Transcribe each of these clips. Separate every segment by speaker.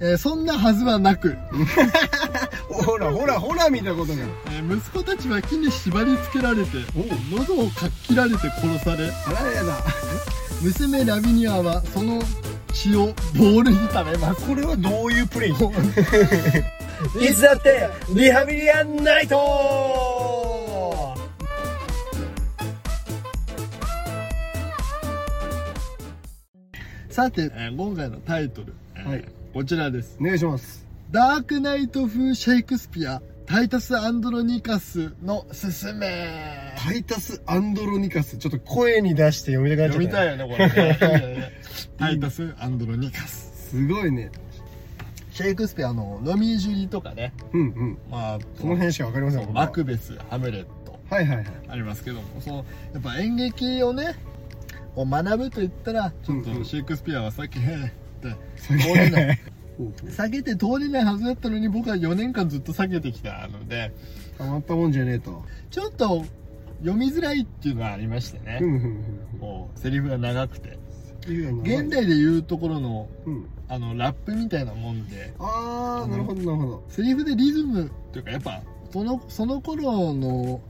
Speaker 1: えーそんなはずはなく、
Speaker 2: ほらほらほらみたいなことに
Speaker 1: えー息子たちは木に縛り付けられて
Speaker 2: おう
Speaker 1: 喉をかっ切られて殺され
Speaker 2: あらやだ
Speaker 1: 娘ラビニアはその血をボールに食べ ます
Speaker 2: これはどういうプレイ
Speaker 3: いつだってリハビリアンナイト
Speaker 1: さて、えー今回のタイトル、えー
Speaker 2: はい
Speaker 1: こちらです
Speaker 2: お願いします
Speaker 1: ダークナイト風シェイクスピアタイタス・アンドロニカスのすすめ
Speaker 2: タイタス・アンドロニカスちょっと声に出して読みたくなっちゃ
Speaker 1: 読
Speaker 2: った
Speaker 1: みたいよねこれ タイタス・アンドロニカス
Speaker 2: すごいね
Speaker 1: シェイクスピアの「ロミージュリ」とかね、
Speaker 2: うんうん
Speaker 1: まあ、
Speaker 2: この辺しかわかりません僕は
Speaker 1: マクベスハムレット
Speaker 2: はいはいはい
Speaker 1: ありますけどもそのやっぱ演劇をねを学ぶと言ったらちょっと
Speaker 2: うんうん
Speaker 1: シェイクスピアはさっき「へえ」 って
Speaker 2: 下
Speaker 1: 通れない
Speaker 2: い
Speaker 1: 下げて通れないはずだったのに僕は4年間ずっと下げてきたので
Speaker 2: たまったもんじゃねえと
Speaker 1: ちょっと読みづらいっていうのはありまして
Speaker 2: うん
Speaker 1: ね、
Speaker 2: うんうん
Speaker 1: もうセリフが長くて
Speaker 2: うんいいよな
Speaker 1: 現代で言うところの
Speaker 2: うん
Speaker 1: あのラップみたいなもんで
Speaker 2: ああなるほどなるほど
Speaker 1: セリフでリズムというかやっぱそのその頃の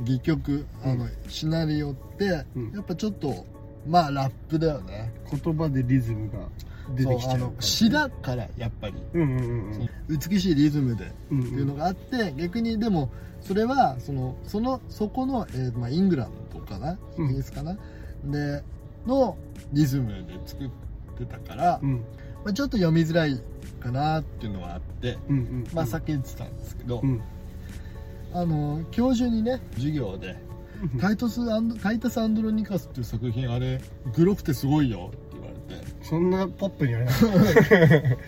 Speaker 1: 戯曲あの、シナリオって、
Speaker 2: うん
Speaker 1: やっぱちょっとまあラップだよね
Speaker 2: 言葉でリズムが出てきち
Speaker 1: そう
Speaker 2: ゃ
Speaker 1: あ
Speaker 2: う
Speaker 1: の詩だからやっぱり、
Speaker 2: うんうんうんうん
Speaker 1: 美しいリズムでっ
Speaker 2: うん
Speaker 1: ていうの
Speaker 2: が
Speaker 1: があって、逆にでもそれはそのそのそこの、えーまあ、イングランドかな
Speaker 2: うん
Speaker 1: イギリスかな、でのリズムで作ってたから、
Speaker 2: うん
Speaker 1: まあ、ちょっと読みづらいかなっていうのはあって、
Speaker 2: うんうん
Speaker 1: まあ、避けてたんですけど、
Speaker 2: うん
Speaker 1: あの教授にね授業で「タイトスアンドタイタス・アンドロニカス」っていう作品あれグロくてすごいよって言われ
Speaker 2: そんなポップに言われない
Speaker 1: て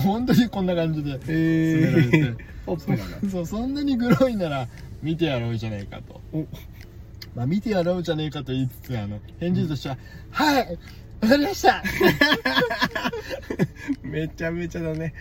Speaker 1: 本当にこんな感じで
Speaker 2: え
Speaker 1: 勧められて、
Speaker 2: ーポップだな
Speaker 1: そうそんなにグロいなら見てやろうじゃねえかと、
Speaker 2: お
Speaker 1: まあ、見てやろうじゃねえかと言いつつあの返事としては「はいわかりました! 」
Speaker 2: めちゃめちゃだね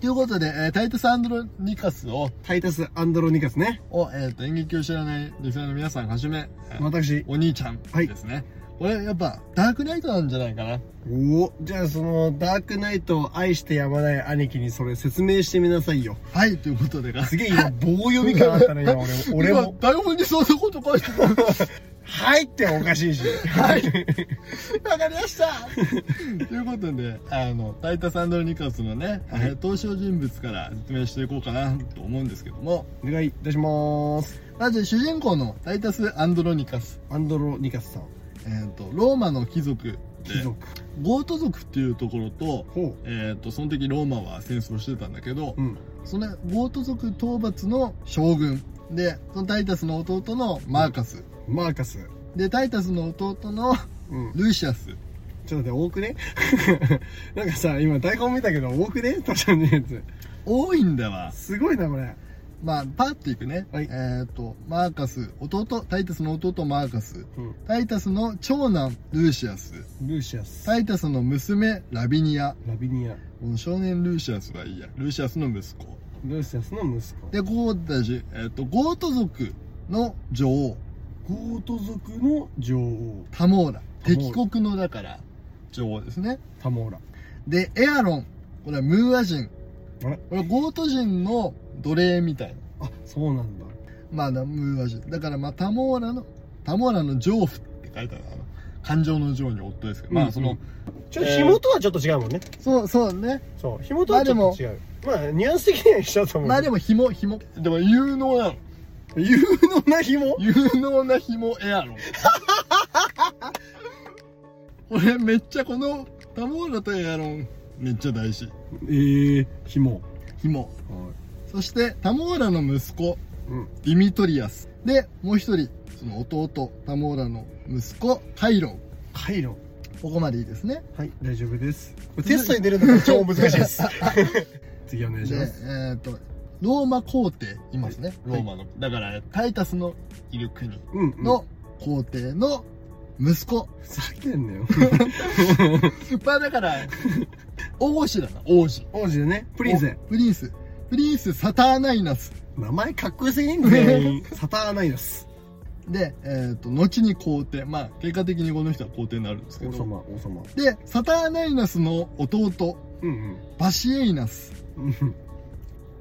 Speaker 1: ということで、えータイタス・アンドロニカスを
Speaker 2: タイタス・アンドロニカスね
Speaker 1: を、えー、と演劇を知らない女性の皆さんはじめ、えー
Speaker 2: 私
Speaker 1: お兄ちゃん
Speaker 2: はい
Speaker 1: ですね、これやっぱダークナイトなんじゃないかな
Speaker 2: おおじゃあそのダークナイトを愛してやまない兄貴にそれ説明してみなさいよ
Speaker 1: はいということで
Speaker 2: すげえ今棒読み感あったね 今俺も俺
Speaker 1: 今
Speaker 2: も
Speaker 1: 台本にそんなこと書いてた
Speaker 2: 「はい」っておかしいし
Speaker 1: はいわかりましたということであのタイタス・アンドロニカスのね、えー登場人物から説明していこうかなと思うんですけども
Speaker 2: お願いいたします
Speaker 1: まず主人公のタイタス・アンドロニカス、
Speaker 2: アンドロニカスさん
Speaker 1: えー、とローマの貴族で
Speaker 2: 貴族
Speaker 1: ゴート族っていうところと,、
Speaker 2: ほ
Speaker 1: えー、とその時ローマは戦争してたんだけど、
Speaker 2: ううん
Speaker 1: そのゴート族討伐の将軍でそのタイタスの弟のマーカス、
Speaker 2: マーカス
Speaker 1: でタイタスの弟の
Speaker 2: うん
Speaker 1: ルーシアス
Speaker 2: ちょっと待って多くね なんかさ今台本見たけど多くね確かにやつ
Speaker 1: 多いんだわ
Speaker 2: すごいなこれ
Speaker 1: まあパッといくね、
Speaker 2: はい
Speaker 1: えっ、とマーカス弟タイタスの弟マーカス
Speaker 2: うん
Speaker 1: タイタスの長男ルーシアス
Speaker 2: ルーシアス
Speaker 1: タイタスの娘ラビニア
Speaker 2: ラビニア
Speaker 1: この少年ルーシアスはいいやルーシアスの息子
Speaker 2: ルーシアスの息子
Speaker 1: でゴート族、えー、とゴート族の女王
Speaker 2: ゴート族の女王
Speaker 1: タモーラ
Speaker 2: タモー
Speaker 1: 敵
Speaker 2: ラ
Speaker 1: 国のだから女王ですね
Speaker 2: タモーラ
Speaker 1: でエアロンこれはムーア人
Speaker 2: あれ
Speaker 1: これはゴート人の奴隷みたいな
Speaker 2: あそうなんだ
Speaker 1: まあなムーア人だからまあタモーラのタモーラの丈夫って書いてあるあの感情の情に夫ですけど、まあその、
Speaker 2: うんちょっと紐とはちょっと違うもんね、
Speaker 1: そうそうね
Speaker 2: そう紐とはちょっと違うまあニュアンス的には一緒だと思う
Speaker 1: まあでも紐紐でも有能なの
Speaker 2: 有能な紐
Speaker 1: 有能な紐エアロン 俺めっちゃこのタモーラとエアロンめっちゃ大事
Speaker 2: えー、紐
Speaker 1: 紐そしてタモーラの息子
Speaker 2: うん
Speaker 1: ディミトリアスでもう一人その弟タモーラの息子カイロン
Speaker 2: カイロ
Speaker 1: ここまでいいですね
Speaker 2: はい大丈夫ですこれテストに出るのが超難しいです 次お願いし
Speaker 1: でえ
Speaker 2: ま
Speaker 1: っ
Speaker 2: す、
Speaker 1: とローマ皇帝いますね、
Speaker 2: はい
Speaker 1: ローマのだからタイタスのいる国
Speaker 2: うん、うん、
Speaker 1: の皇帝の息子、
Speaker 2: ふざけんなよ
Speaker 1: まあだから 王子だな王子
Speaker 2: 王子でねプリンセ
Speaker 1: おプリンスプリンスサターナイナス
Speaker 2: 名前かっこよすぎん全員サターナイナス
Speaker 1: で、えっと後に皇帝まあ結果的にこの人は皇帝になるんですけ
Speaker 2: 王
Speaker 1: ど
Speaker 2: 様王様
Speaker 1: でサターナイナスの弟
Speaker 2: うん
Speaker 1: バシエイナス
Speaker 2: うんうん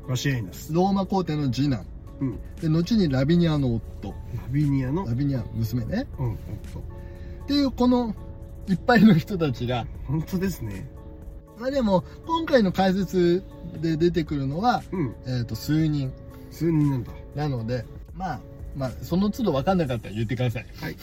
Speaker 2: わしやいんです
Speaker 1: ローマ皇帝の次男
Speaker 2: うん
Speaker 1: で後にラビニアの夫
Speaker 2: ラビニアの
Speaker 1: ラビニア娘ね
Speaker 2: うんうんと
Speaker 1: っていうこのいっぱいの人たちが
Speaker 2: 本当ですね
Speaker 1: まあでも今回の解説で出てくるのは、
Speaker 2: うん
Speaker 1: えっと数人
Speaker 2: 数人なんだ
Speaker 1: なのでまあまあその都度分かんなかったら言ってください
Speaker 2: はい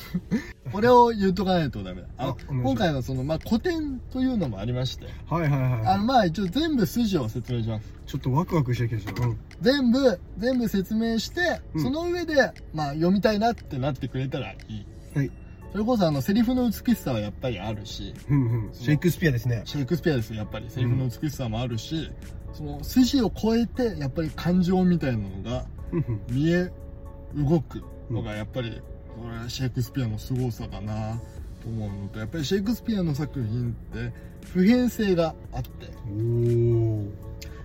Speaker 1: これを言っとかないとダメだあ
Speaker 2: あ
Speaker 1: の
Speaker 2: お願いします
Speaker 1: 今回はその、まあ、古典というのもありまして
Speaker 2: はいはいはい
Speaker 1: あのまあ一応全部筋を説明します
Speaker 2: ちょっとワクワクしてきたじゃん
Speaker 1: 全部全部説明して、
Speaker 2: うん
Speaker 1: その上で、まあ、読みたいなってなってくれたらいい、
Speaker 2: はい
Speaker 1: それこそあのセリフの美しさはやっぱりあるし
Speaker 2: うんうんシェイクスピアですね
Speaker 1: シェイクスピアですよやっぱりセリフの美しさもあるし、その筋を超えてやっぱり感情みたいなのが
Speaker 2: うんうん
Speaker 1: 見え動くのがやっぱり、これはシェイクスピアの凄さだなと思うのとやっぱりシェイクスピアの作品って普遍性があって
Speaker 2: お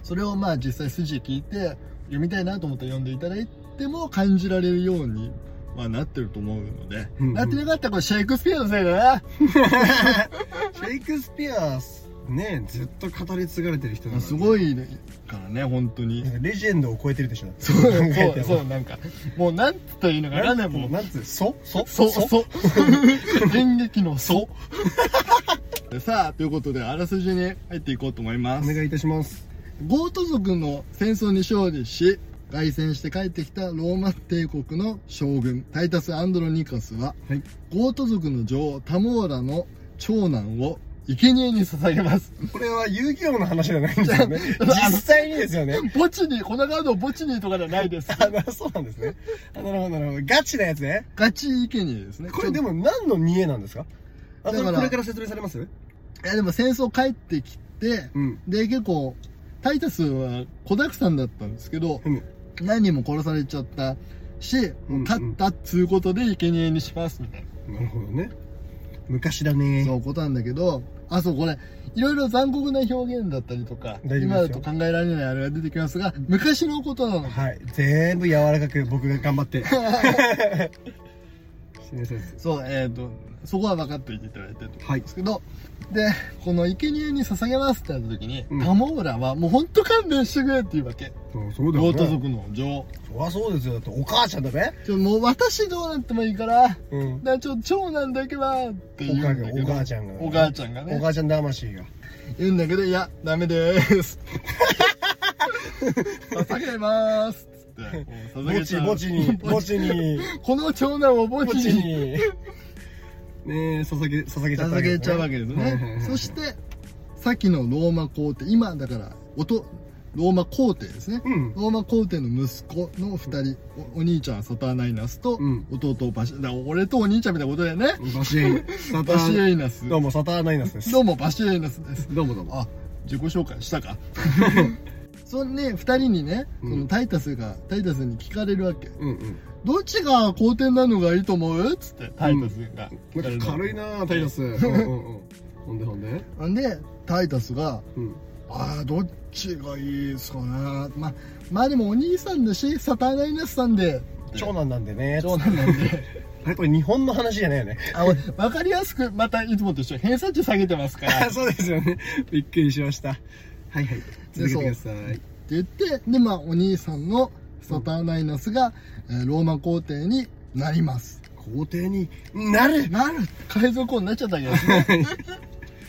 Speaker 1: それをまあ実際筋聞いて読みたいなと思って読んでいただいても感じられるようにはなってると思うので、
Speaker 2: うんうん
Speaker 1: なってなかったらこれシェイクスピアのせいだな、
Speaker 2: ーシェイクスピアねずっと語り継がれてる人だからね
Speaker 1: すごいからね本当に
Speaker 2: なんかレジェンドを超えてるでしょ
Speaker 1: そう
Speaker 2: 考えても
Speaker 1: そうそうなんかもうなんつったらいいのかわかんないもん
Speaker 2: なんつうそそ
Speaker 1: そうそう 演劇の「そ」さあという ことであらすじに入っていこうと思いま
Speaker 2: お
Speaker 1: す
Speaker 2: 願いいたします
Speaker 1: ゴート族の戦争に勝利し凱旋して帰ってきたローマ帝国の将軍タイタス・アンドロニカスは
Speaker 2: はい
Speaker 1: ゴート族の女王タモーラの長男を生贄に捧げます
Speaker 2: これは遊戯王の話じゃないんですよ ね実際にですよね
Speaker 1: 墓地にこのカードを墓地にとかじゃないです
Speaker 2: あなそうなんですねあなるほどなるほどガチなやつね
Speaker 1: ガチ生贄ですね
Speaker 2: これで
Speaker 1: も
Speaker 2: も何の見栄なんですかあ
Speaker 1: だ
Speaker 2: そ
Speaker 1: か
Speaker 2: れ
Speaker 1: ら
Speaker 2: これから説明されます
Speaker 1: いやでも戦争帰ってきて
Speaker 2: うん
Speaker 1: で結構タイタスは子だくさんだったんですけど
Speaker 2: うん
Speaker 1: 何人も殺されちゃったし、
Speaker 2: うんうん
Speaker 1: 勝ったっつうことで生贄にしますみたいな、
Speaker 2: なるほどね昔だね
Speaker 1: そうことなんだけどあそうこれいろいろ残酷な表現だったりとか
Speaker 2: 大丈夫ですよ
Speaker 1: 今だと考えられないあれが出てきますが昔のこと なの
Speaker 2: はい全部柔らかく僕が頑張って失礼します
Speaker 1: そうえっ、とそこは分かっておいていただいてると思
Speaker 2: は
Speaker 1: うん
Speaker 2: い
Speaker 1: ですけど、でこの生贄に捧げますってなった時に、
Speaker 2: うん
Speaker 1: タモーラはもう本当勘弁してくれっていうわけ
Speaker 2: そうそうだ
Speaker 1: ゴ
Speaker 2: よ
Speaker 1: ート
Speaker 2: ね
Speaker 1: 族の女王
Speaker 2: そりゃそうですよだってお母ちゃんだべ
Speaker 1: ちょもう私どうなってもいいから
Speaker 2: うん
Speaker 1: だからちょ長男だけはって言うんだけ
Speaker 2: お
Speaker 1: ど
Speaker 2: 母ちゃんが
Speaker 1: お母ちゃんが
Speaker 2: お
Speaker 1: ね
Speaker 2: 母ちゃん魂が
Speaker 1: 言うんだけどいやダメです捧げますっつってもう捧
Speaker 2: 墓
Speaker 1: げ
Speaker 2: 地
Speaker 1: ゃう
Speaker 2: 墓地に
Speaker 1: 墓
Speaker 2: 墓
Speaker 1: 地
Speaker 2: 地に
Speaker 1: この長男を墓
Speaker 2: 墓
Speaker 1: 地に
Speaker 2: 地にねえ捧げ捧げちゃった
Speaker 1: 捧げちゃうわけです
Speaker 2: はいはいはい
Speaker 1: ね
Speaker 2: はい
Speaker 1: そしてさっきのローマ皇帝今だからおとローマ皇帝ですね
Speaker 2: うん
Speaker 1: ローマ皇帝の息子の2人おお兄ちゃんサターナイナスと
Speaker 2: うん
Speaker 1: 弟バシだから俺とお兄ちゃんみたいなことだよね
Speaker 2: バシエイサタ
Speaker 1: バシ
Speaker 2: ー
Speaker 1: エイナス
Speaker 2: どうもサターナイナスです
Speaker 1: どうもバシエイナスです
Speaker 2: どうもどうも
Speaker 1: あ自己紹介したか そんで2人にね、
Speaker 2: うん
Speaker 1: そのタイタスがタイタスに聞かれるわけ
Speaker 2: うんうん
Speaker 1: どっちが好天なのがいいと思うっつってタイタスが聞か
Speaker 2: な
Speaker 1: れ
Speaker 2: ん
Speaker 1: る
Speaker 2: か
Speaker 1: わ
Speaker 2: 軽
Speaker 1: け
Speaker 2: いなタイラスうんうんうんほんでほんで
Speaker 1: なんでタイタスが
Speaker 2: うん
Speaker 1: 「ああどっちがいいっすかねまあまあでもお兄さんだしサターナイナスさんで
Speaker 2: 長男なんでね
Speaker 1: 長男なん で
Speaker 2: あれこれ日本の話じゃないよね
Speaker 1: あ 分かりやすくまたいつもと一緒偏差値下げてますから
Speaker 2: あ そうですよねびっくりしましたはいはい続けてください
Speaker 1: って言ってでまあお兄さんのサターナイナスが、えーローマ皇帝になります
Speaker 2: 皇帝になる
Speaker 1: なる海賊王になっちゃったけど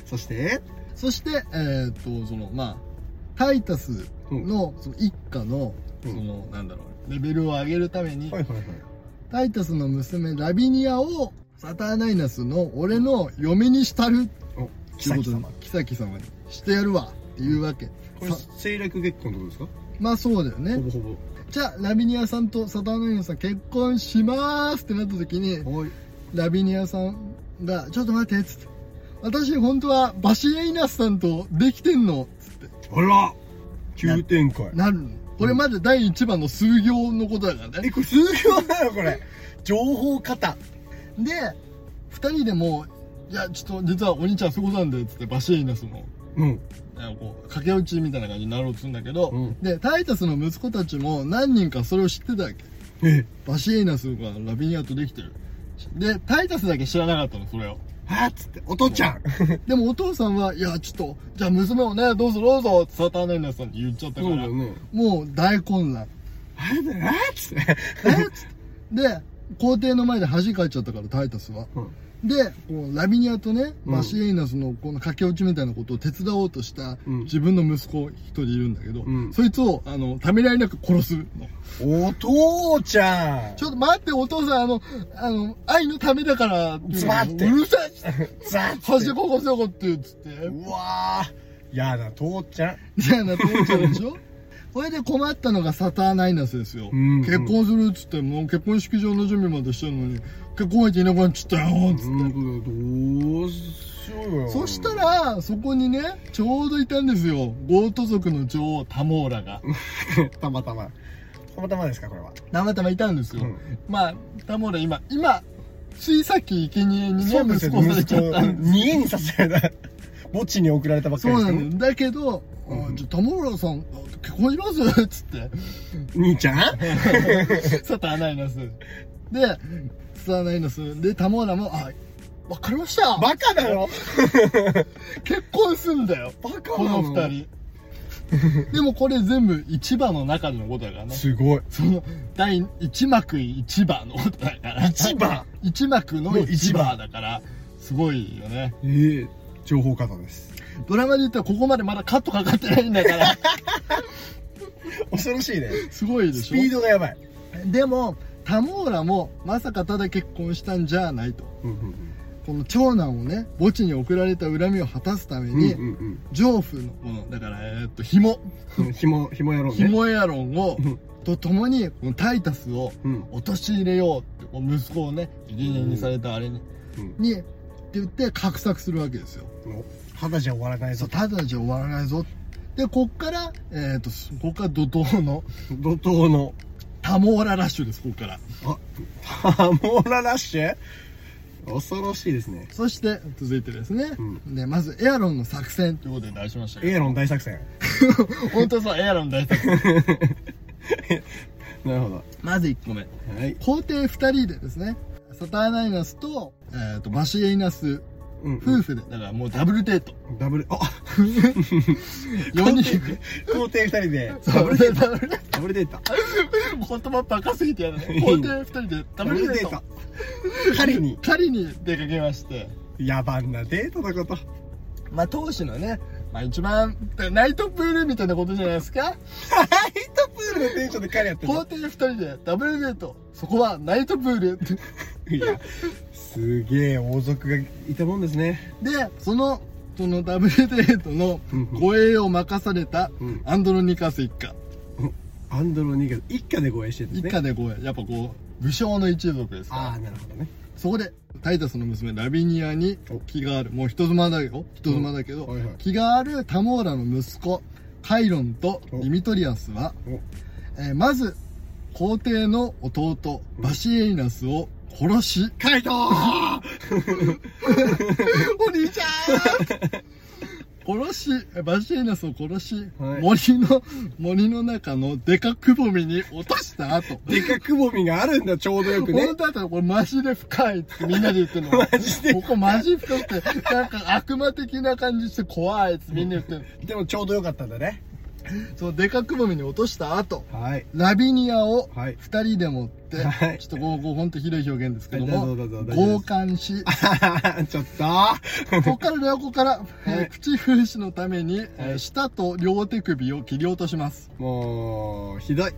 Speaker 2: そして
Speaker 1: そしてえーっとそのまあタイタスのその一家の、
Speaker 2: うん
Speaker 1: そのなんだろうレベルを上げるために、
Speaker 2: はいはいはい
Speaker 1: タイタスの娘ラビニアをサターナイナスの俺の嫁にしたる
Speaker 2: お
Speaker 1: ってことにキサキ様にしてやるわっていうわけ、
Speaker 2: これ
Speaker 1: さ
Speaker 2: 政略結婚ってことですか
Speaker 1: まあそうだよね
Speaker 2: ほぼほぼ
Speaker 1: じゃあラビニアさんとサターナイナスさん結婚しますってなった時に
Speaker 2: はい
Speaker 1: ラビニアさんが「ちょっと待って」っつって「私本当はバシエイナスさんとできてんの」っつって
Speaker 2: あら急展開
Speaker 1: なるのこれまで第1番の数行のことだからね
Speaker 2: えこれ数秒なのこれ情報型
Speaker 1: で2人でも「いやちょっと実はお兄ちゃんそういうことなんだよ」っつってバシエイナスの
Speaker 2: うん
Speaker 1: なんかこう駆け落ちみたいな感じになろうとするんだけど、
Speaker 2: うん
Speaker 1: でタイタスの息子たちも何人かそれを知ってたわけ
Speaker 2: え
Speaker 1: バシーナスがラビニアとできてるでタイタスだけ知らなかったのそれを
Speaker 2: あっつって、お父ちゃん
Speaker 1: でもお父さんはいやちょっとじゃあ娘をねどうぞどうぞってサターナイナスさんに言っちゃったから
Speaker 2: ね。
Speaker 1: もう大混乱
Speaker 2: あれだよ、あっつって。
Speaker 1: えっつって で皇帝の前で恥かいちゃったからタイタスは
Speaker 2: うん
Speaker 1: でこうラビニアとね
Speaker 2: うん
Speaker 1: マシエイナスのこの駆け落ちみたいなことを手伝おうとした
Speaker 2: うん
Speaker 1: 自分の息子一人いるんだけど、
Speaker 2: うん
Speaker 1: そいつをあのためらいなく殺すの
Speaker 2: お父ちゃん
Speaker 1: ちょっと待ってお父さんあのあの愛のためだからって
Speaker 2: つまって
Speaker 1: うるさいっつって
Speaker 2: ザッつっ
Speaker 1: 恥
Speaker 2: て
Speaker 1: ここせよこってっつって
Speaker 2: うわーやだ、父ちゃん。
Speaker 1: じゃあなと思っちゃうでしょこれで困ったのがサターナイナスですよ、
Speaker 2: うん
Speaker 1: 結婚するっつってもう結婚式場の準備までしてるのに結婚相手いなくなっちゃったよっつって、
Speaker 2: どうしようよ。
Speaker 1: そしたら、そこにね、ちょうどいたんですよ。ゴート族の女王、タモーラが。
Speaker 2: ら、たまたま。たまたまですか、これは。
Speaker 1: たまたまいたんですよ。
Speaker 2: うん
Speaker 1: まあ、タモーラ今、今、ついさっき生贄にね、
Speaker 2: そうです
Speaker 1: 息
Speaker 2: よ、
Speaker 1: 子され
Speaker 2: 息
Speaker 1: ちゃ
Speaker 2: 子
Speaker 1: ったんです。
Speaker 2: 家にさせられた。墓地に送られたばっか
Speaker 1: そ
Speaker 2: り
Speaker 1: う
Speaker 2: です
Speaker 1: な
Speaker 2: か
Speaker 1: んだ。だけど、
Speaker 2: うん
Speaker 1: あじゃあタモーラさん、あ結婚します っつって。
Speaker 2: 兄ちゃん
Speaker 1: サターナイナス。で、サターナイナス。で、タモーラも、あ、わかりました
Speaker 2: バカだろ
Speaker 1: 結婚すんだよ
Speaker 2: バカ
Speaker 1: この二人。でもこれ全部一番の中でのことだからね。
Speaker 2: すごい。
Speaker 1: その第一幕一番のことだから
Speaker 2: 一番
Speaker 1: 一幕の一番だからすごいよね
Speaker 2: ええ情報型です。
Speaker 1: ドラマで言ったらここまでまだカットかかってないんだから
Speaker 2: 恐ろしいね。
Speaker 1: すごいで
Speaker 2: ス
Speaker 1: し
Speaker 2: ピー
Speaker 1: ょ
Speaker 2: ドがやばい。
Speaker 1: でもタモーラもまさかただ結婚したんじゃないとこの長男をね墓地に送られた恨みを果たすため
Speaker 2: うん
Speaker 1: に、
Speaker 2: うん
Speaker 1: 丈夫のものだからえーっと紐
Speaker 2: うん。ひも、ひもやろうね。
Speaker 1: 紐エアロンを
Speaker 2: うん
Speaker 1: と共にこのタイタスを
Speaker 2: うん。
Speaker 1: 陥れようってこう息子をね生贄にされたあれに、
Speaker 2: うん
Speaker 1: にって言って画策するわけですよ
Speaker 2: 肌じゃ終わらない
Speaker 1: そ
Speaker 2: ぞ
Speaker 1: う。ただじゃ終わらないぞでこっからえっ、とすこっから怒涛の
Speaker 2: 怒涛の。
Speaker 1: タモーララッシュですここから
Speaker 2: あ、ハモーララッシュ恐ろしいですね。
Speaker 1: そして続いてですね、
Speaker 2: う
Speaker 1: でまずエアロンの作戦ということで出しましたけ
Speaker 2: エアロン大作戦。
Speaker 1: ど本当そうエアロン大 作戦
Speaker 2: なるほど。
Speaker 1: まず1個目
Speaker 2: はい。
Speaker 1: 皇帝2人でですねサターナイナスと,、えー、とバシエイナス
Speaker 2: うんう
Speaker 1: 夫婦で、だからもうダブルデート
Speaker 2: ん。ダブル、あ
Speaker 1: 4人で
Speaker 2: 皇帝二人で、
Speaker 1: ダブルデートダブルデー
Speaker 2: ダブルデータ。
Speaker 1: ト言葉バカすぎてやる ね皇帝2人でダ
Speaker 2: ダ
Speaker 1: ブ
Speaker 2: ブ
Speaker 1: ル
Speaker 2: ル
Speaker 1: デ
Speaker 2: デ
Speaker 1: ー
Speaker 2: ー
Speaker 1: ト
Speaker 2: タ。狩りに、
Speaker 1: 狩りに出かけまして
Speaker 2: 野蛮なデートだこと。
Speaker 1: まあ、当主のね、まあ、一番、ナイトプールみたいなことじゃないです か
Speaker 2: ハイトプールのテンションで狩りやってる
Speaker 1: 皇帝二人でダブルデート。そこはナイトプー ル。
Speaker 2: いや、すげえ王族がいたもんですね。
Speaker 1: で、その、そのダブルデートの
Speaker 2: うん
Speaker 1: 護衛を任された
Speaker 2: うん
Speaker 1: アンドロニカス一家。
Speaker 2: アンドロニーが一家で護衛してるんです
Speaker 1: 一
Speaker 2: ね。
Speaker 1: 家で護衛。やっぱこう、武将の一族です
Speaker 2: あ
Speaker 1: か
Speaker 2: あ、なるほどね。
Speaker 1: ら。そこで、タイタスの娘ラビニアに
Speaker 2: お
Speaker 1: 気がある。もう人妻だよ。人妻だけど、
Speaker 2: うんはいはい
Speaker 1: 気があるタモーラの息子、カイロンとディミトリアスは、えーまず皇帝の弟バシエイナスを殺 し
Speaker 2: カイトー
Speaker 1: お兄ちゃん 殺しバシエイナスを殺し、
Speaker 2: はい
Speaker 1: 森の森の中のデカくぼみに落とした後
Speaker 2: でかくぼみがあるんだ、ちょうどよくね
Speaker 1: 本。当だったらこれマジで深いってみんなで言ってるの
Speaker 2: マジで
Speaker 1: ここマジ深くてなんか悪魔的な感じして怖いってみんな言ってる
Speaker 2: でもちょうどよかったんだね。
Speaker 1: そのデカくぼみに落とした後
Speaker 2: はい。
Speaker 1: ラビニアを
Speaker 2: はい
Speaker 1: 二人でもって、
Speaker 2: はい
Speaker 1: ちょっとこうこうほんとひどい表現ですけども
Speaker 2: どうぞどうぞ
Speaker 1: 強姦し
Speaker 2: ちょっと
Speaker 1: ここから両こから、えー口封じのために、えー舌と両手首を切り落とします
Speaker 2: もう、ひどい。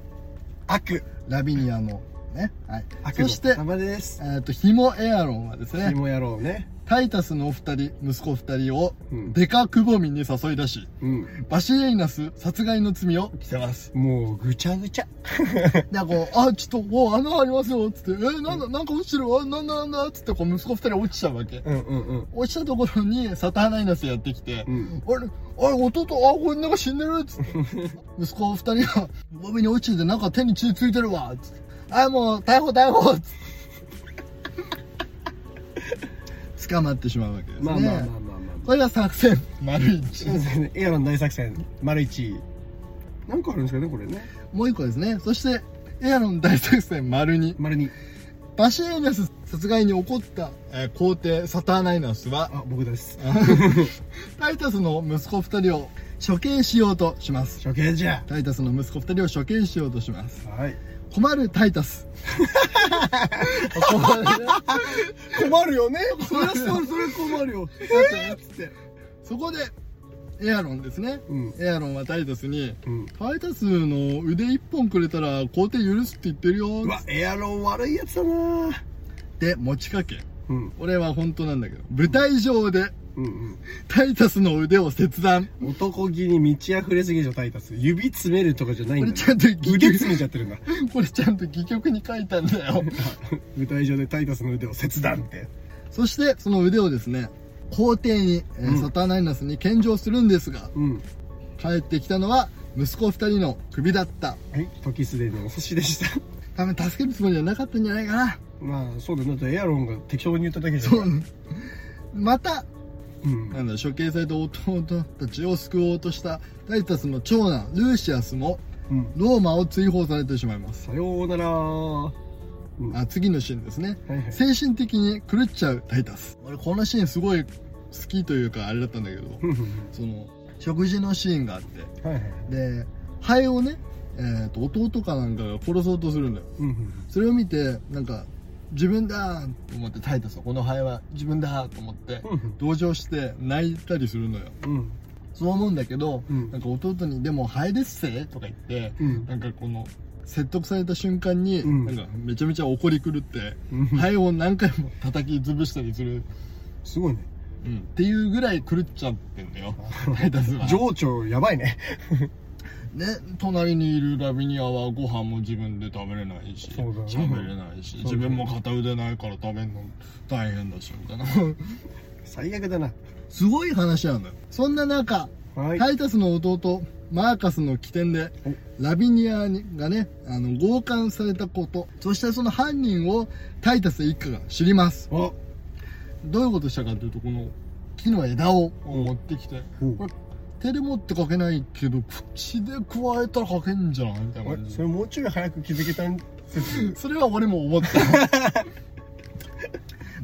Speaker 2: 悪。
Speaker 1: ラビニアのねはい
Speaker 2: 悪
Speaker 1: そ
Speaker 2: の
Speaker 1: して
Speaker 2: 玉です。
Speaker 1: えっとヒモエアロンはですね
Speaker 2: 紐野郎ね。
Speaker 1: タイタスのお二人息子二人を
Speaker 2: うん
Speaker 1: デカくぼみに誘い出し
Speaker 2: うん。
Speaker 1: バシエイナス殺害の罪を着せ ます
Speaker 2: もう、ぐちゃぐちゃ。
Speaker 1: でこう「あちょっとお穴ありますよ」っつって「えー、なんだなんか落ちてるわなんだなんだ」っつってこう息子二人落ちちゃうわけ
Speaker 2: うんうんうん。
Speaker 1: 落ちたところにサターナイナスやってきて、
Speaker 2: うん
Speaker 1: あれあれ弟あこれなんか死んでるっつって 息子二人がボビに落ちててなんか手に血ついてるわっつってあもう逮捕逮 捕っつって捕まってしまうわけですね、
Speaker 2: まあまあまあまあまあ。
Speaker 1: これが作戦丸一
Speaker 2: そうですねエアロン大作戦、丸一。なんかあるんですかね、これね。
Speaker 1: もう一個ですねそしてエアロン大作戦丸2。
Speaker 2: 丸に
Speaker 1: バシーニャス殺害に起こった、えー皇帝サターナイナスは、
Speaker 2: あ僕です
Speaker 1: タイタスの息子二人を処刑しようとします。
Speaker 2: 初見じゃ
Speaker 1: タイタスの息子二人を処刑しようとします。
Speaker 2: はい
Speaker 1: 困るタイタス。困るね
Speaker 2: 困るよねそれはそうそれは困るよえーっつって
Speaker 1: そこで、エアロンですね。
Speaker 2: うん
Speaker 1: エアロンはタイタスに、
Speaker 2: うん
Speaker 1: タイタスの腕一本くれたら皇帝許すって言ってるよ
Speaker 2: うわエアロン悪いやつだな
Speaker 1: って持ちかけ。
Speaker 2: うん
Speaker 1: 俺は本当なんだけど、舞台上で
Speaker 2: うん
Speaker 1: タイタスの腕を切断。
Speaker 2: うん男気に満ち溢れすぎじゃタイタス指詰めるとかじゃない
Speaker 1: こ
Speaker 2: んだ
Speaker 1: れ
Speaker 2: よ
Speaker 1: ちゃんと、
Speaker 2: 腕詰めちゃってるんだ
Speaker 1: これちゃんと戯曲に書いたんだよ。
Speaker 2: 舞台上でタイタスの腕を切断って
Speaker 1: そして、その腕をですね、皇帝に、えー
Speaker 2: うん
Speaker 1: サターナイナスに献上するんですが、
Speaker 2: うん
Speaker 1: 帰ってきたのは息子二人の首だった。
Speaker 2: はい時すでにお寿司でした
Speaker 1: 多分助けるつもりはなかったんじゃないかな。
Speaker 2: まあそうだなだってエアロンが適当に言っただけじゃん
Speaker 1: そう。また、
Speaker 2: うん
Speaker 1: なんだ、処刑された弟たちを救おうとしたタイタスの長男、ルーシアスも、
Speaker 2: うん
Speaker 1: ローマを追放されてしまいます。
Speaker 2: さようならうんは
Speaker 1: あ次のシーンですね。
Speaker 2: いはい
Speaker 1: 精神的に狂っちゃうタイタス。俺、このシーンすごい好きというか、あれだったんだけど、
Speaker 2: うんうん
Speaker 1: その、食事のシーンがあって、
Speaker 2: うんはいはい
Speaker 1: でハエをね、えー、と弟かなんかが殺そうとするんだよ
Speaker 2: うんうん
Speaker 1: それを見てなんか自分だーと思ってタイタスはこのハエは自分だーと思って
Speaker 2: うん
Speaker 1: 同情して泣いたりするのよ
Speaker 2: うん
Speaker 1: そう思うんだけど、
Speaker 2: うん
Speaker 1: なんか弟に「でもハエですせ」とか言って、
Speaker 2: うん
Speaker 1: なんかこの説得された瞬間に、
Speaker 2: うん
Speaker 1: なんかめちゃめちゃ怒り狂って、
Speaker 2: うん
Speaker 1: ハエを何回も叩き潰したりする、
Speaker 2: すごいね
Speaker 1: うんっていうぐらい狂っちゃってんだ よタイタスは
Speaker 2: 情緒やばいね
Speaker 1: ね、隣にいるラビニアはご飯も自分で食べれないし、
Speaker 2: そうだね
Speaker 1: 喋れないし、
Speaker 2: そうだ
Speaker 1: 自
Speaker 2: ね
Speaker 1: 分も片腕ないから食べるの大変だし、みたいな。
Speaker 2: 最悪だな
Speaker 1: すごい話なんだよ。そんな中、
Speaker 2: はい
Speaker 1: タイタスの弟、マーカスの起点で、ラビニアにがね、あの、強姦されたこと、そしてその犯人をタイタス一家が知ります。
Speaker 2: あ
Speaker 1: どういうことしたかというと、この木の枝を持ってきて、
Speaker 2: うん
Speaker 1: これ手で持ってかけないけど、口でくわえたらかけんじゃないみたいな
Speaker 2: あ
Speaker 1: 感
Speaker 2: れ
Speaker 1: じ
Speaker 2: そ
Speaker 1: で。
Speaker 2: れもうちょい早く気づけたん説
Speaker 1: それは俺も思った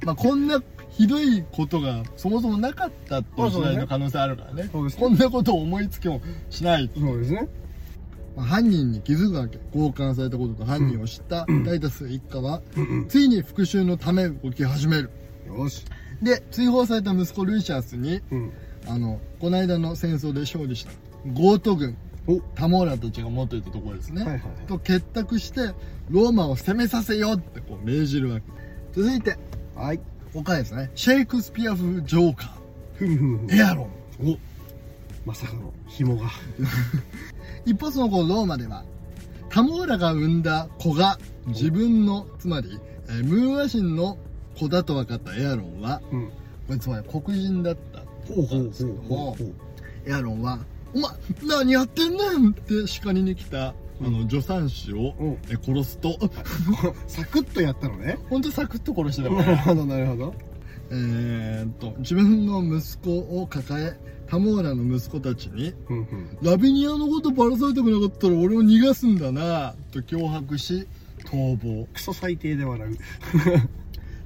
Speaker 1: まあこんなひどいことがそもそもなかったっていう時代の可能性あるからね
Speaker 2: そうですね
Speaker 1: こんなことを思いつきもしない、
Speaker 2: そうですね
Speaker 1: まあ、犯人に気づくわけ強姦されたことと犯人を知ったタイタス一家はついに復讐のため動き始める
Speaker 2: よし
Speaker 1: で追放された息子ルイシアスに
Speaker 2: うん
Speaker 1: あのこの間の戦争で勝利したゴート軍
Speaker 2: お
Speaker 1: タモーラたちが持っていたところですね、
Speaker 2: はいはい
Speaker 1: と結託してローマを攻めさせようってこう命じるわけ続いて
Speaker 2: はいはい
Speaker 1: 他ですねシェイクスピア風ジョーカ
Speaker 2: ふむふむふむ
Speaker 1: ーエアロン
Speaker 2: おまさかの紐が
Speaker 1: 一方その頃ローマではタモーラが産んだ子が自分のつまり、えームーア人の子だと分かったエアロンは
Speaker 2: うん
Speaker 1: これつまり黒人だった
Speaker 2: ほうほうほうほうほう
Speaker 1: エアロンは「お前何やってんねん!」って叱りに来たあの助産師を
Speaker 2: うん
Speaker 1: えー殺す と
Speaker 2: サクッとやったのね
Speaker 1: 本当サクッと殺してたから
Speaker 2: なるほどなるほど
Speaker 1: えーっと自分の息子を抱えタモーラの息子たちに
Speaker 2: うんうん
Speaker 1: ラビニアのことバラされたくなかったら俺を逃がすんだなと脅迫し逃亡
Speaker 2: クソ最低で笑う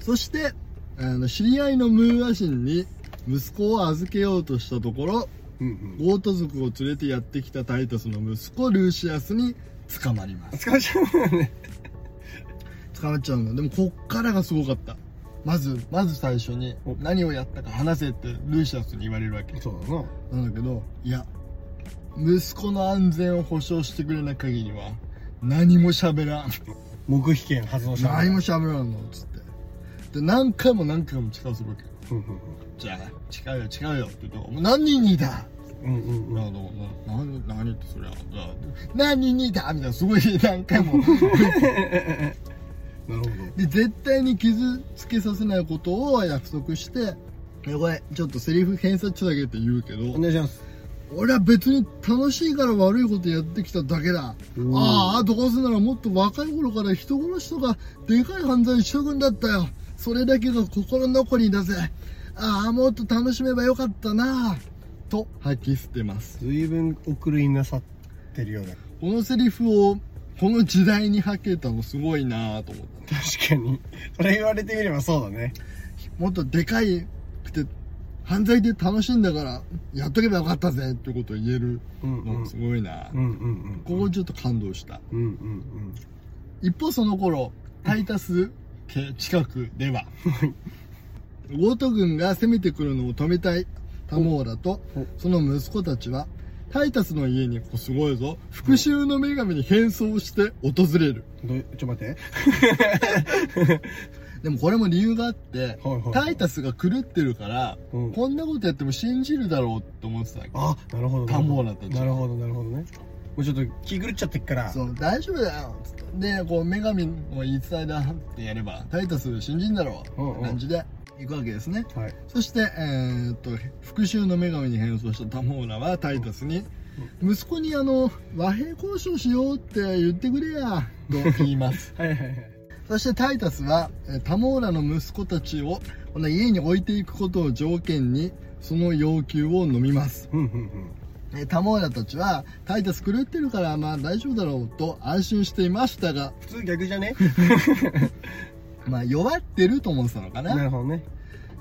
Speaker 1: そしてあの知り合いのムーア人に息子を預けようとしたところ
Speaker 2: うんうん
Speaker 1: ゴート族を連れてやってきたタイタスの息子ルーシアスに捕まります
Speaker 2: 疲れちゃうね
Speaker 1: 捕まっちゃうのでもこっからがすごかったまずまず最初に
Speaker 2: お
Speaker 1: 何をやったか話せってルーシアスに言われるわけ
Speaker 2: そうだな
Speaker 1: なんだけど、いや、息子の安全を保証してくれない限りは、何も喋らん。
Speaker 2: 黙秘権発動した
Speaker 1: 何も喋らんの、つって。で、何回も何回も誓うするわけ。
Speaker 2: うんうん
Speaker 1: じゃあ、誓うよ、誓うよって言うと、もう何人にだ
Speaker 2: うんうんうん
Speaker 1: なるほど、な、な、何ってそりゃ、じゃあ何人にだみたいな、すごい何回 も。
Speaker 2: なるほど
Speaker 1: で、絶対に傷つけさせないことを約束して、いやこれ、ちょっとセリフ偏差値だけって言うけど、
Speaker 2: お願いします
Speaker 1: 俺は別に楽しいから悪いことやってきただけだ
Speaker 2: うん
Speaker 1: ああどうせならもっと若い頃から人殺しとかでかい犯罪しとくんだったよそれだけが心残りだぜああもっと楽しめばよかったなと吐き捨てます
Speaker 2: 随分お狂いなさってるようだ
Speaker 1: このセリフをこの時代に履けたのすごいなと思った
Speaker 2: 確かに。それ言われてみればそうだね。
Speaker 1: もっとでかいくて犯罪で楽しいんだからやっとけばよかったぜってことを言える
Speaker 2: うんう
Speaker 1: の
Speaker 2: ん
Speaker 1: がすごいな、
Speaker 2: うんうん
Speaker 1: ここちょっと感動した
Speaker 2: うん。うんうん
Speaker 1: 一方その頃タイタス家近くではゴート軍が攻めてくるのを止めたいタモーラと
Speaker 2: おお
Speaker 1: その息子たちはタイタスの家にここすごいぞ復讐の女神に変装して訪れる
Speaker 2: うん。どうちょ、待って。
Speaker 1: でもこれも理由があって
Speaker 2: はいはいはい
Speaker 1: タイタスが狂ってるから
Speaker 2: うん。
Speaker 1: こんなことやっても信じるだろうって思ってたわけ
Speaker 2: あ、なるほど。
Speaker 1: タモーラたち
Speaker 2: なるほど、なるほどね。もうちょっと気狂っちゃってっから。
Speaker 1: そう大丈夫だよつってでこう女神を言い伝えだってやればタイタス信じんだろう
Speaker 2: うんうん
Speaker 1: 感じで行くわけですね
Speaker 2: はい。
Speaker 1: そして、えーっと復讐の女神に変装したタモーラはタイタスに息子にあの和平交渉しようって言ってくれやと言います
Speaker 2: はいはいはい。
Speaker 1: そしてタイタスはえータモーラの息子たちをこの家に置いていくことを条件にその要求を飲みます
Speaker 2: うんうん
Speaker 1: えータモーラたちはタイタス狂ってるからまあ大丈夫だろうと安心していましたが
Speaker 2: 普通逆じゃ ね
Speaker 1: まあ弱ってると思ってたのかな
Speaker 2: なるほどね。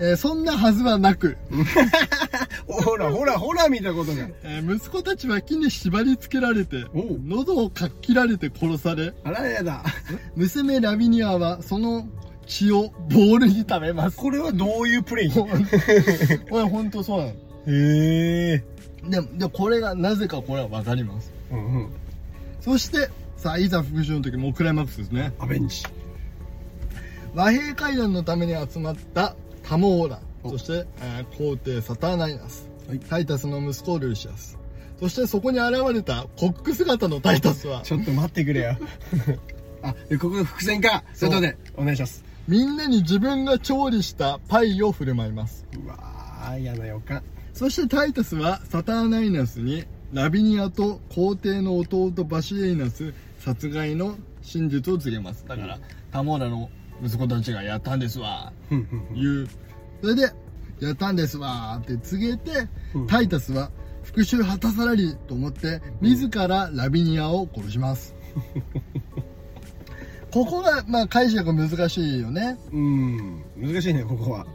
Speaker 1: えーそんなはずはなく、
Speaker 2: ほらほらほら見たことが。
Speaker 1: えー息子たちは木に縛り付けられて
Speaker 2: おう
Speaker 1: 喉をかっ切られて殺され
Speaker 2: あらやだ。
Speaker 1: 娘ラビニアはその血をボールに食べ ます
Speaker 2: これはどういうプレイへ
Speaker 1: ほんこれ本当そうな
Speaker 2: え。
Speaker 1: のででこれがなぜかこれは分かります
Speaker 2: うんうん。
Speaker 1: そしてさあいざ復讐の時もうクライマックスですね
Speaker 2: アベンジ。
Speaker 1: 和平会談のために集まったタモーラ
Speaker 2: お
Speaker 1: そして、えー皇帝サターナイナス、
Speaker 2: はい
Speaker 1: タイタスの息子ルーシアスそしてそこに現れたコック姿のタイタスは
Speaker 2: ちょっと待ってくれ よ。あ、で、ここが伏線か。
Speaker 1: そう
Speaker 2: 外で、お願いします。
Speaker 1: みんなに自分が調理したパイを振る舞います
Speaker 2: うわー、嫌な予感。
Speaker 1: そしてタイタスはサターナイナスにラビニアと皇帝の弟バシエイナス殺害の真実を告げますだからタモーラの息子たちがやったんですわ
Speaker 2: ふんふんふん
Speaker 1: いうそれでやったんですわーって告げて、
Speaker 2: うん
Speaker 1: タイタスは復讐果たされりと思って自らラビニアを殺し ます、ここがまあ解釈難しいよね
Speaker 2: うん。難しいね、ここは。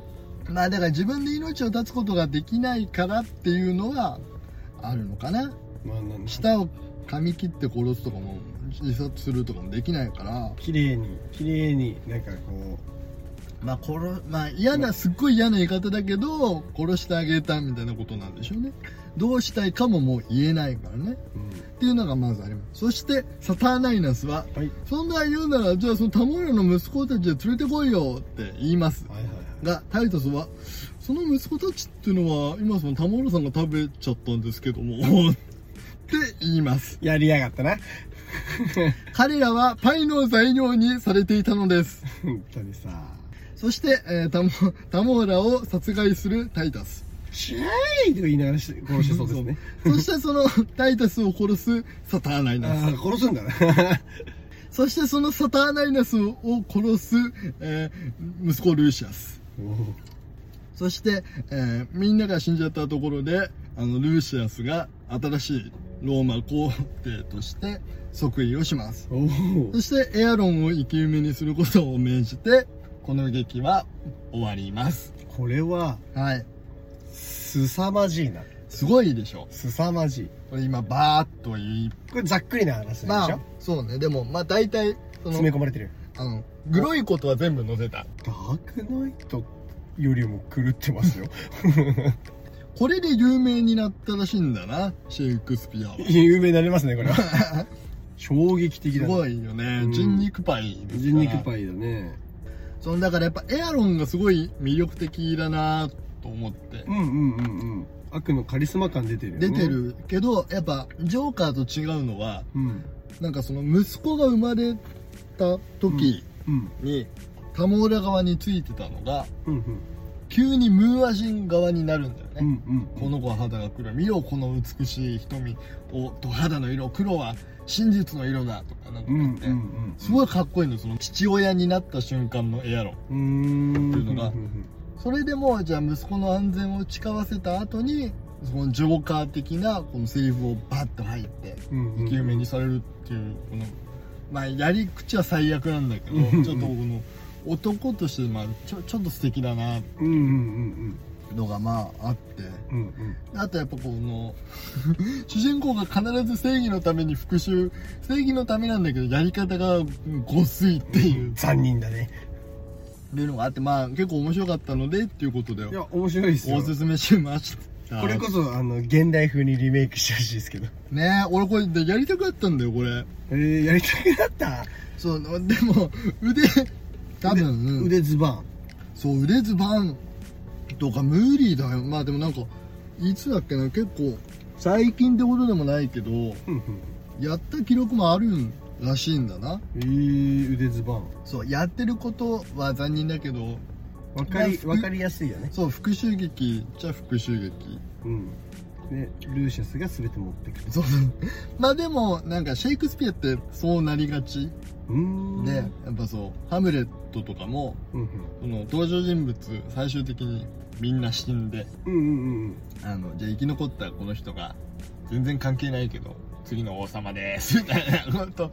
Speaker 1: まあだから自分で命を絶つことができないからっていうのがあるのかな
Speaker 2: まあ、なんだ
Speaker 1: 舌を噛み切って殺すとかも自殺するとかもできないから
Speaker 2: 綺麗に、綺麗に、なんかこ
Speaker 1: まあ殺まあ嫌なすっごい嫌な言い方だけど殺してあげたみたいなことなんでしょうねどうしたいかももう言えないからね
Speaker 2: う、うん。
Speaker 1: っていうのがまずありますそしてサターナイナスは
Speaker 2: はい。
Speaker 1: そんな言うならじゃあそのタモーラの息子たちを連れてこいよって言います
Speaker 2: はいはいはい。
Speaker 1: がタイトスはその息子たちっていうのは今そのタモーラさんが食べちゃったんですけども って言います
Speaker 2: やりやがった な。
Speaker 1: 彼らはパイの材料にされていたのです
Speaker 2: 本当にさ。
Speaker 1: そして、えータモタモーラを殺害するタイタス
Speaker 2: シャーイと言いながらし殺してそうですね。
Speaker 1: そしてそのタイタスを殺すサターナイナス
Speaker 2: ああ、殺すんだな。
Speaker 1: そしてそのサターナイナスを殺す、えー息子ルーシアス
Speaker 2: おう
Speaker 1: そして、えーみんなが死んじゃったところで、あの、ルーシアスが新しいローマ皇帝として即位をします。
Speaker 2: おう
Speaker 1: そして、エアロンを生き埋めにすることを命じて、この劇は終わります。
Speaker 2: これは、
Speaker 1: はい。
Speaker 2: すさまじいな。
Speaker 1: すごいでしょ
Speaker 2: すさまじい。
Speaker 1: これ今、バーっと言い、
Speaker 2: これざっくりな話なん
Speaker 1: ま
Speaker 2: でしょ、
Speaker 1: あ、そうね。でも、まあ、大体、そ
Speaker 2: 詰め
Speaker 1: の、
Speaker 2: 込まれてる。
Speaker 1: あの、グロいことは全部載せた。
Speaker 2: ダークナイトよりも狂ってますよ。
Speaker 1: これで有名になったらしいんだな、シェイクスピアは。
Speaker 2: 有名になりますね、これは。 衝撃的
Speaker 1: す
Speaker 2: だ、ね。
Speaker 1: ごいよね
Speaker 2: う。ん
Speaker 1: 人肉パイですから。
Speaker 2: 人肉パイだね。
Speaker 1: そのだからやっぱエアロンがすごい魅力的だなと思って
Speaker 2: うんうんうんうん。悪のカリスマ感出てるよね。
Speaker 1: 出て。るけどやっぱジョーカーと違うのは
Speaker 2: うん。
Speaker 1: なんかその息子が生まれた時
Speaker 2: うん。
Speaker 1: にタモーラ側についてたのが
Speaker 2: うんうん。
Speaker 1: 急にムーア人側になるんだよ
Speaker 2: うんう
Speaker 1: ね、
Speaker 2: ん。
Speaker 1: この子は肌が黒い見ろこの美しい瞳をと肌の色黒は真実の色だとかなんか
Speaker 2: うんう
Speaker 1: 言
Speaker 2: ん
Speaker 1: って、
Speaker 2: うん。
Speaker 1: すごいかっこいいのその父親になった瞬間のエアロン
Speaker 2: うーん。
Speaker 1: っていうのがそれでもじゃあ息子の安全を誓わせた後にそのジョーカー的なこのセリフをバッと入って
Speaker 2: うんうん。
Speaker 1: 生き埋めにされるっていうこのまあやり口は最悪なんだけど
Speaker 2: うん
Speaker 1: ちょっとこの男としてまあちょちょっと素敵だな
Speaker 2: うんうん
Speaker 1: のがまああって
Speaker 2: うんうんうん
Speaker 1: あとやっぱこの 主人公が必ず正義のために復讐正義のためなんだけどやり方がうんごすいっていう
Speaker 2: うん残忍だね
Speaker 1: っていうのがあってまあ結構面白かったのでっていうことで
Speaker 2: いや面白いですよ
Speaker 1: おすすめしました
Speaker 2: これこそあの現代風にリメイクしてほしいですけど
Speaker 1: ねえ俺これでやりたかったんだよこれ
Speaker 2: えー、やりたくなった
Speaker 1: そうでも腕多分
Speaker 2: 腕ズバ
Speaker 1: そう腕ズバンとか無理だよまあでもなんかいつだっけな結構最近ってことでもないけど
Speaker 2: ーン
Speaker 1: やった記録もあるんらしいんだな
Speaker 2: えー、腕ズバーン
Speaker 1: そうやってることは残忍だけど
Speaker 2: わかり
Speaker 1: まあ
Speaker 2: わかりやすいよね
Speaker 1: そう復讐劇じゃ復讐劇
Speaker 2: うんでルーシャスが全て持ってくる
Speaker 1: そう まあでもなんかシェイクスピアってそうなりがち
Speaker 2: うーん
Speaker 1: でやっぱそうハムレットとかも
Speaker 2: うんうん
Speaker 1: その登場人物最終的にみんな死んで
Speaker 2: うんうんうん
Speaker 1: あのじゃあ生き残ったこの人が全然関係ないけど次の王様ですみたいな本当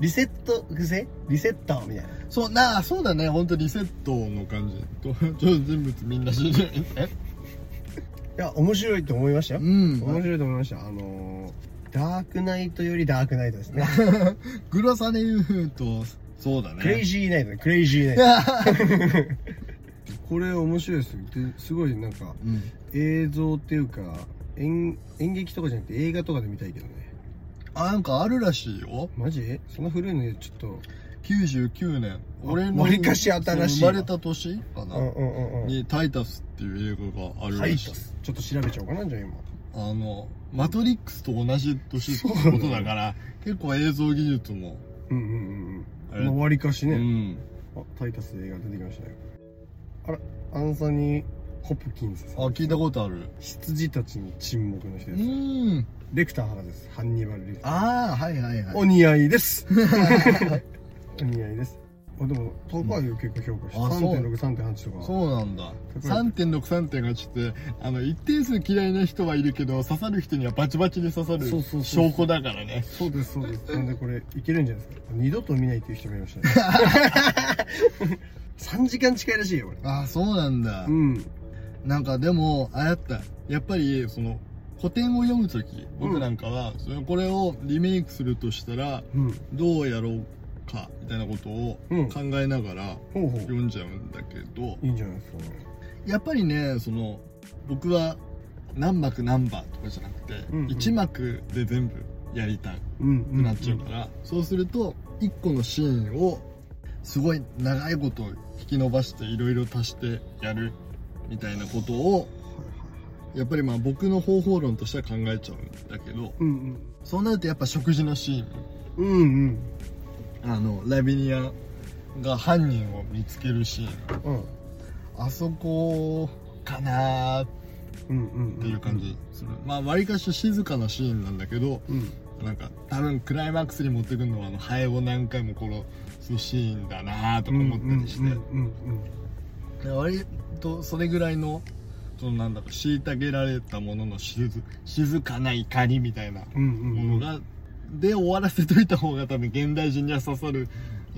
Speaker 2: リセット癖リセッターみたいな
Speaker 1: そうなあそうだね本当リセットの感じ登場人物みんな死んでるね
Speaker 2: いや面白いと思いましたよ、面
Speaker 1: ん
Speaker 2: 白いと思いましたあのー、ダークナイトよりダークナイトです ね
Speaker 1: グラサで言うとそうだ
Speaker 2: クレイ
Speaker 1: ね
Speaker 2: ジーナイトねクレイジーナイト これ面白いですよですごいなんか
Speaker 1: うん
Speaker 2: 映像っていうか演演劇とかじゃなくて映画とかで見たいけどね
Speaker 1: あなんかあるらしいよ
Speaker 2: マジえそんな古いのちょっと
Speaker 1: 99年
Speaker 2: あ
Speaker 1: 俺の
Speaker 2: わりかし新しい
Speaker 1: 生
Speaker 2: わ
Speaker 1: まれた年かな、
Speaker 2: うんうん
Speaker 1: に「タイタス」っていう映画がある
Speaker 2: は
Speaker 1: ら
Speaker 2: い
Speaker 1: しい
Speaker 2: ちょっと調べちゃおうかなじゃあ今
Speaker 1: あの「マトリックス」と同じ年ってことだから結構映像技術も
Speaker 2: うんうん
Speaker 1: あ
Speaker 2: う
Speaker 1: れ
Speaker 2: んうんわりかし
Speaker 1: う
Speaker 2: ね、
Speaker 1: ん
Speaker 2: あタイタスで映画出てきましたよあらアンソニー・ホプキンスさん
Speaker 1: あ聞いたことある
Speaker 2: 羊たちに沈黙の人
Speaker 1: う
Speaker 2: です、
Speaker 1: ん
Speaker 2: レクター原ですハンニバル・レクター
Speaker 1: ああはいはい
Speaker 2: お似合いです お似合いですあでも高いよ結構評価して
Speaker 1: あそう
Speaker 2: 3.63.8とか
Speaker 1: そうなんだ
Speaker 2: い
Speaker 1: 3.63.8ってあの一定数嫌いな人はいるけど刺さる人にはバチバチで刺さる
Speaker 2: そうそうそう
Speaker 1: 証拠だからね
Speaker 2: そうですそうですなんでこれいけるんじゃないですか二度と見ないっていう人もいましたね 3時間近いらしいよこれ
Speaker 1: ああそうなんだ
Speaker 2: うん
Speaker 1: なんかでもあれやったやっぱりその古典を読む時
Speaker 2: う
Speaker 1: 僕
Speaker 2: ん
Speaker 1: なんかは、そのこれをリメイクするとしたら
Speaker 2: うん
Speaker 1: どうやろうかみたいなことを
Speaker 2: うん
Speaker 1: 考えながら
Speaker 2: ほうほう
Speaker 1: 読んじゃうんだけど
Speaker 2: いいんじゃないですか
Speaker 1: やっぱりねその僕は何幕何番とかじゃなくて、
Speaker 2: うんうん
Speaker 1: 1幕で全部やりたく
Speaker 2: うんうん
Speaker 1: なっちゃうから、そうすると1個のシーンをすごい長いこと引き伸ばしていろいろ足してやるみたいなことをやっぱりまあ僕の方法論としては考えちゃうんだけど
Speaker 2: うんうん
Speaker 1: そうなるとやっぱ食事のシ
Speaker 2: うんうん
Speaker 1: ーンあのラビニアが犯人を見つけるシーン
Speaker 2: うん
Speaker 1: あそこかなーっ
Speaker 2: うんうん
Speaker 1: ていう感じする、まあわりかし静かなシーンなんだけど
Speaker 2: うん
Speaker 1: なんか多分クライマックスに持ってくるのはあのハエを何回も殺すシーンだなーとか思ったりして、
Speaker 2: うんうんうん
Speaker 1: で割とそれぐらいのそのなんだか虐げられたものの静静かな怒りみたいな
Speaker 2: うんうんうん
Speaker 1: ものが、で終わらせといた方が多分現代人には刺さる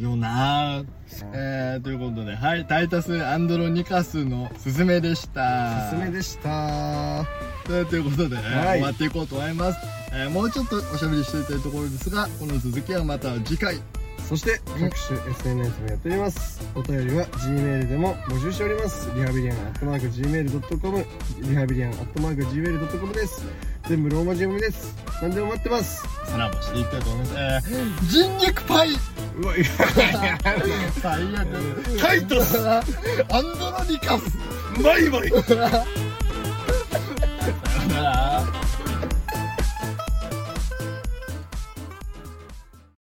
Speaker 1: よなぁ、えー、ということではいタイタスアンドロニカスのすすめでした
Speaker 2: おすすめでした
Speaker 1: えーということで、
Speaker 2: はい
Speaker 1: 終わっていこうと思います、えーもうちょっとおしゃべりしていきたいところですがこの続きはまた次回
Speaker 2: そして各種 SNS もやっております。お便りは Gmail でも募集しております。リハビリアンアットマーク Gmail.com、リハビリアンアットマーク Gmail.com です。全部ローマ字読みです。何でも待ってます。
Speaker 1: さらばしていきたいと思います、えー、人肉 パイ
Speaker 2: うわ、いや、
Speaker 1: 最悪
Speaker 2: カイトス
Speaker 1: アンドロニカス
Speaker 2: バイバイ
Speaker 1: さよなら